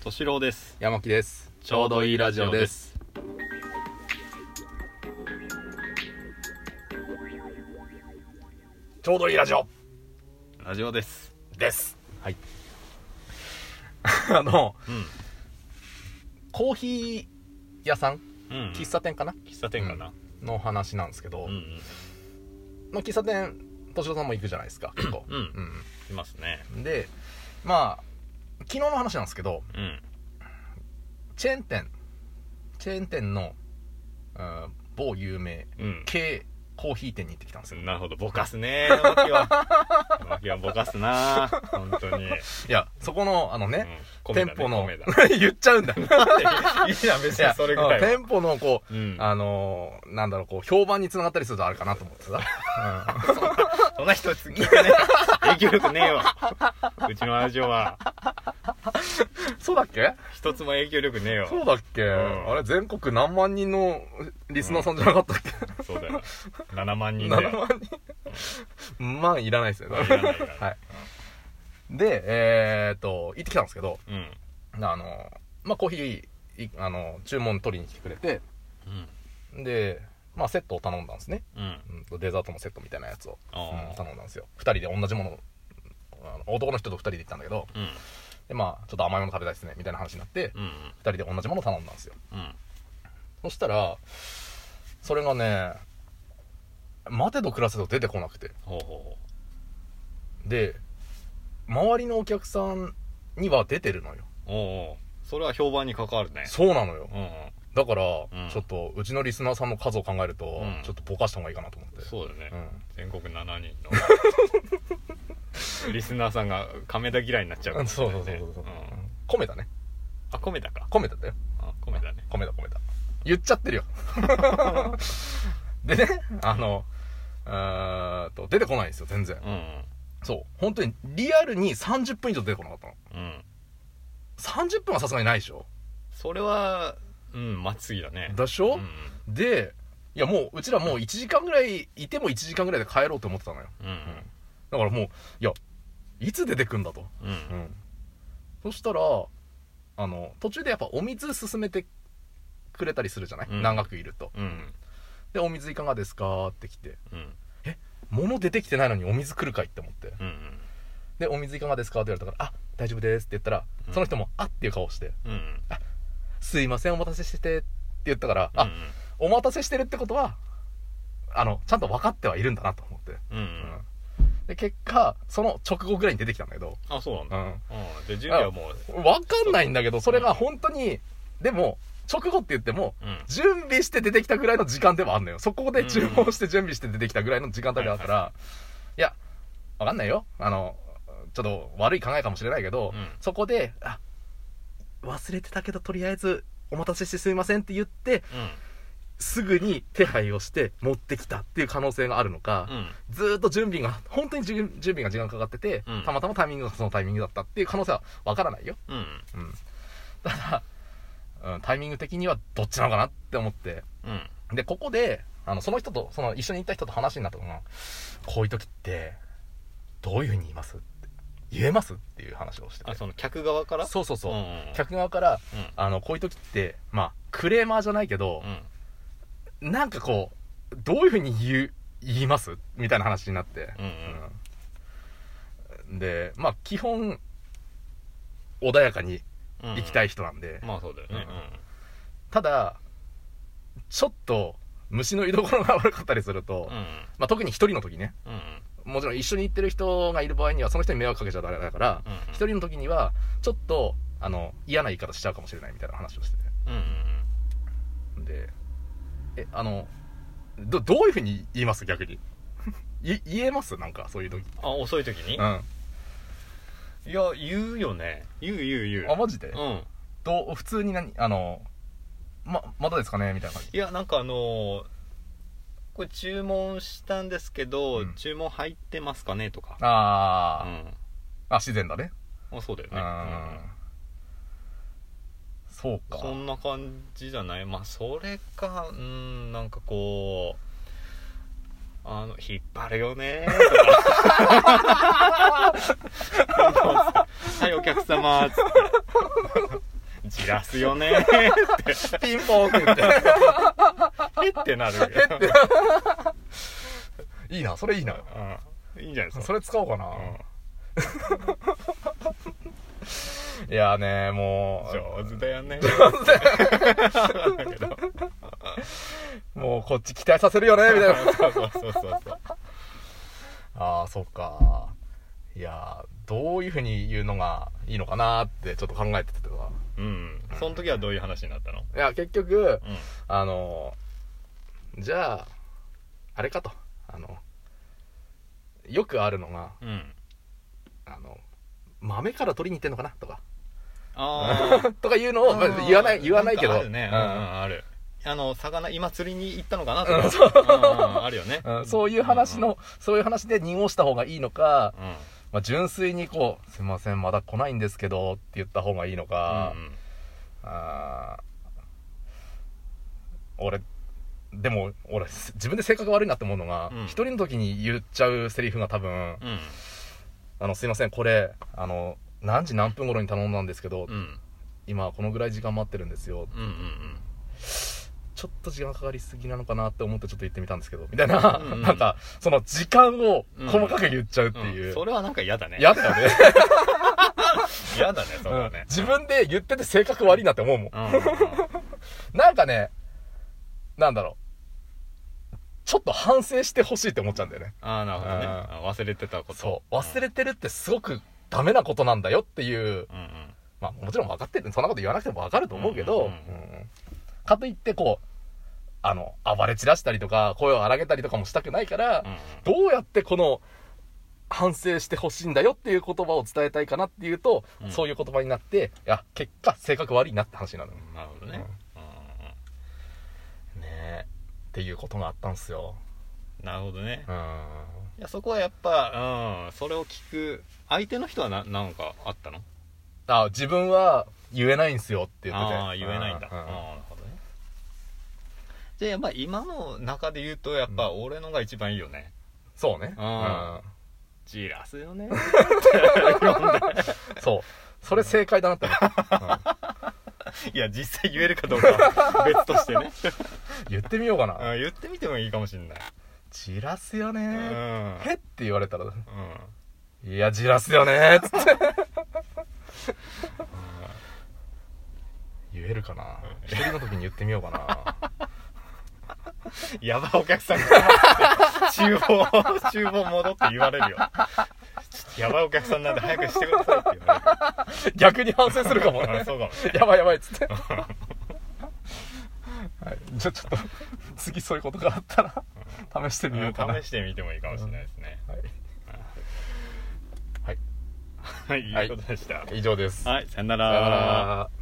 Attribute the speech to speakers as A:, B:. A: 敏郎です
B: 山木です
A: ちょうどいいラジオです
B: ちょうどいいラジオ
A: ラジオです
B: です
A: はい
B: あの
A: う
B: コーヒー屋さん
A: ん、うん、
B: 喫茶店かな、
A: 喫茶店かな
B: の話なんですけど、
A: うんうん
B: まあ、喫茶店敏郎さんも行くじゃないですか結構
A: うんいますね
B: うんでまあ昨日の話なんですけど
A: うん
B: チェーン店チェーン店の、うん、某有名
A: うん
B: 系コーヒー店に行ってきたんですよ
A: なるほどぼかすねマキは マキはぼかすな本当に、うん、
B: いやそこのあのね、
A: 米だ
B: 店
A: ね
B: 舗の、
A: 米だ
B: 言っちゃうんだ
A: いいや別に それぐらい
B: や
A: は
B: うん店舗のこう、
A: うん
B: あのーなんだろうこう評判につながったりするとあるかなと思って さ、うん
A: そんな人次ね 影響力ねえわうちのラジオは
B: そうだっけ
A: 一つも影響力ねえよ
B: そうだっけ、
A: ん
B: あれ全国何万人のリスナーさんじゃなかったっけ、
A: そうだよ7万人だ
B: 7
A: よ
B: 万人 まあいらないですよね
A: いらないいらない
B: はいでえー、っと行ってきたんですけど
A: うん
B: あのーまあコーヒーいあのー注文取りに来てくれて
A: うん
B: でまあセットを頼んだんですね、
A: うん
B: うんと、デザートのセットみたいなやつを、
A: あ
B: うん
A: あ
B: 頼んだんですよ2人で同じものをあの男の人と2人で行ったんだけど
A: うん
B: でまあちょっと甘いもの食べたいですねみたいな話になって
A: うん
B: 2人で同じものを頼んだんですよ
A: うん
B: そしたらそれがね待てど暮らせど出てこなくて
A: ほうほ
B: で周りのお客さんには出てるのよ
A: うほうおうおうそれは評判に関わるね
B: そうなのよ
A: うん
B: だから、
A: ん
B: ちょっとうちのリスナーさんの数を考えると、
A: うん
B: ちょっとぼかした方がいいかなと思って
A: そうだよね、
B: うん
A: 全国7人 のリスナーさんが亀田嫌いになっちゃうか
B: うん
A: もしれ
B: そう
A: ない
B: そう
A: ね、
B: そうそうそう、
A: ん
B: 米だね
A: あ米田か
B: 米だだよ
A: あ米田ね
B: 米だ米だ言っちゃってるよ でねあのうーんと出てこないんですよ全然
A: うん
B: そう本当にリアルに30分以上出てこなかったの
A: うん
B: 30分はさすがにないでしょ
A: それはうんまつぎだね
B: でしょ
A: う、ん
B: でいやもううちらもう1時間ぐらいいても1時間ぐらいで帰ろうと思ってたのよ
A: うん
B: だからもういやいつ出てくんだと、
A: うんうん
B: そしたらあの途中でやっぱお水勧めてくれたりするじゃない、
A: うん
B: 長くいると、
A: うん
B: で「お水いかがですか?」って来て
A: うん
B: 物出てきてないのにお水来るかいって思って
A: うんうん
B: で「お水いかがですか?」って言われたから「あ大丈夫です」って言ったら、
A: うん
B: その人も「あっ」っていう顔して
A: うん
B: 「すいませんお待たせしてて」って言ったから、あ
A: う
B: お待たせしてるってことはあのちゃんと分かってはいるんだなと思って、
A: んうんう
B: うんんで結果その直後ぐらいに出てきたんだけど、
A: あそうなん
B: う
A: だ
B: ん、
A: うんで準備はもう
B: 分かんないんだけどそれが本当にでも直後って言っても
A: うん
B: 準備して出てきたぐらいの時間ではあるのよそこで注文して準備して出てきたぐらいの時間帯ではあった
A: は
B: ら、いや分かんないよあのちょっと悪い考えかもしれないけど、
A: うん
B: そこであ忘れてたけどとりあえずお待たせしてすいませんって言ってすぐに手配をして持ってきたっていう可能性があるのか、
A: うんうん
B: ずーっと準備が本当にじゅ準備が時間かかってて、
A: うん
B: たまたまタイミングがそのタイミングだったっていう可能性は分からないよ、
A: うん
B: うん、ただ、うん、タイミング的にはどっちなのかなって思って
A: うん
B: でここであのその人とその一緒に行った人と話になったのがこういう時ってどういうふうに言いますって言えますっていう話をしてて
A: あその客側から
B: そうそうそう、
A: うんうんうん
B: 客側から
A: うん
B: あのこういう時ってまあクレーマーじゃないけど、
A: うん
B: なんかこうどういうふうに言う言いますみたいな話になって、
A: うん
B: うんでまあ基本穏やかに
A: うん
B: 行きた
A: い
B: い人なんで、
A: まあそうだよね
B: ただちょっと虫の居所が悪かったりすると、
A: うんうん
B: まあ、特に一人の時ね
A: うん
B: もちろん一緒に行ってる人がいる場合にはその人に迷惑かけちゃダメだから
A: うん
B: 一、人の時にはちょっとあの嫌な言い方しちゃうかもしれないみたいな話をしてて
A: うんうん
B: でえあのどどういうふうに言います逆に い言えますなんかそういう時
A: あ遅い時に
B: うん
A: いや言うよね言う言う言う
B: あマジで、
A: うん
B: と普通に何あのままだですかねみたいな感
A: い
B: じ
A: やなんかあのーこれ注文したんですけど、
B: うん
A: 注文入ってますかねとか
B: あ
A: う
B: ー、
A: ん
B: あ自然だね
A: あそうだよ
B: う
A: ね、
B: ん、そう
A: うん
B: か
A: そんな感じじゃないまあそれかうんなんかこうあの引っ張るよねとかはいお客様つってじらすよねーって
B: ピンポーンって言っ
A: えってなるよ
B: て いいなそれいいな
A: うんいいんじゃないですか
B: それ使おうかな、
A: う
B: いやーねも
A: ん上手だよねだけど
B: うもうこっち期待させるよねみたい な
A: そうそうそうそうそう
B: ああそっかいやーどういうふうに言うのがいいのかなーってちょっと考えててさ
A: うんその時はどういう話になったの
B: いや結局
A: うん
B: あのじゃああれかとあのよくあるのが
A: うん
B: あの豆から取りに行ってんのかなとか
A: ああ
B: とかいうのをまあ言わない言わないけど
A: あるねうんう
B: うん
A: んあるあの魚今釣りに行ったのかなとかうんうんあるよね
B: うんそういう話の、そういう話で濁した方がいいのか、
A: うんうん
B: まあ、純粋にこう「すいませんまだ来ないんですけど」って言った方がいいのか、
A: うん
B: あー俺でも俺自分で性格悪いなって思うのが
A: うん
B: 一、人の時に言っちゃうセリフが多分
A: う
B: 「
A: ん
B: あのすいませんこれあの何時何分頃に頼んだんですけど、
A: うん
B: 今このぐらい時間待ってるんですよ
A: うんうん
B: ちょっと時間かかりすぎなのかなって思ってちょっと言ってみたんですけどみたいな、
A: うんうん
B: なんかその時間を細かく言っちゃうって
A: うん
B: いう、
A: それはなんか嫌だね
B: 嫌だよね
A: 嫌だねそうだね
B: 自分で言ってて性格悪いなって思うもん
A: うんうんうん
B: なんかねなんだろうちょっと反省してほしいって思っちゃうんだよね
A: ああなるほどね
B: うん
A: あ忘れてたこと
B: そう忘れてるってすごくダメなことなんだよっていう
A: うんうん
B: まあもちろん分かってるそんなこと言わなくても分かると思うけ
A: うん
B: ど、
A: うん
B: うんかといってこうあの暴れ散らしたりとか声を荒げたりとかもしたくないから、
A: うんうん
B: どうやってこの反省してほしいんだよっていう言葉を伝えたいかなっていうと、
A: うん
B: そういう言葉になっていや結果性格悪いなって話になるのっ
A: なるほどねうんうん
B: ねていうことがあったんすよ
A: うんなるほどね
B: うん
A: いやそこはやっぱうんそれを聞く相手の人はななんかあったの
B: あ自分は言えないんすよって言ってて
A: ああ言えないんだ
B: う
A: あ
B: う
A: あなるほどねじゃあやっぱ今の中で言うとやっぱ俺のが一番いいよね
B: そうね
A: う
B: うんん
A: じらすよね
B: そうそれ正解だなって思 った、うん
A: いや実際言えるかどうか は別としてね
B: 言ってみようかな
A: うん言ってみてもいいかもしんない
B: じらすよね
A: う
B: ー
A: ん
B: へって言われたら
A: うん
B: いやじらすよねーっつって言えるかな一人の時に言ってみようか な
A: やばいお客さんが厨房厨房戻って言われるよちょっとやばいお客さんなんで早くしてくださいって言わ
B: 逆に反省するかも
A: れ るあ
B: ね
A: そうかもね
B: やばいやばいっつってはいじゃあちょっと次そういうことがあったら試してみようかな
A: 試してみ てもいいかもしれないですね
B: はい
A: はいいうことでした
B: 以上です
A: はいさよな
B: さよな
A: ら
B: ら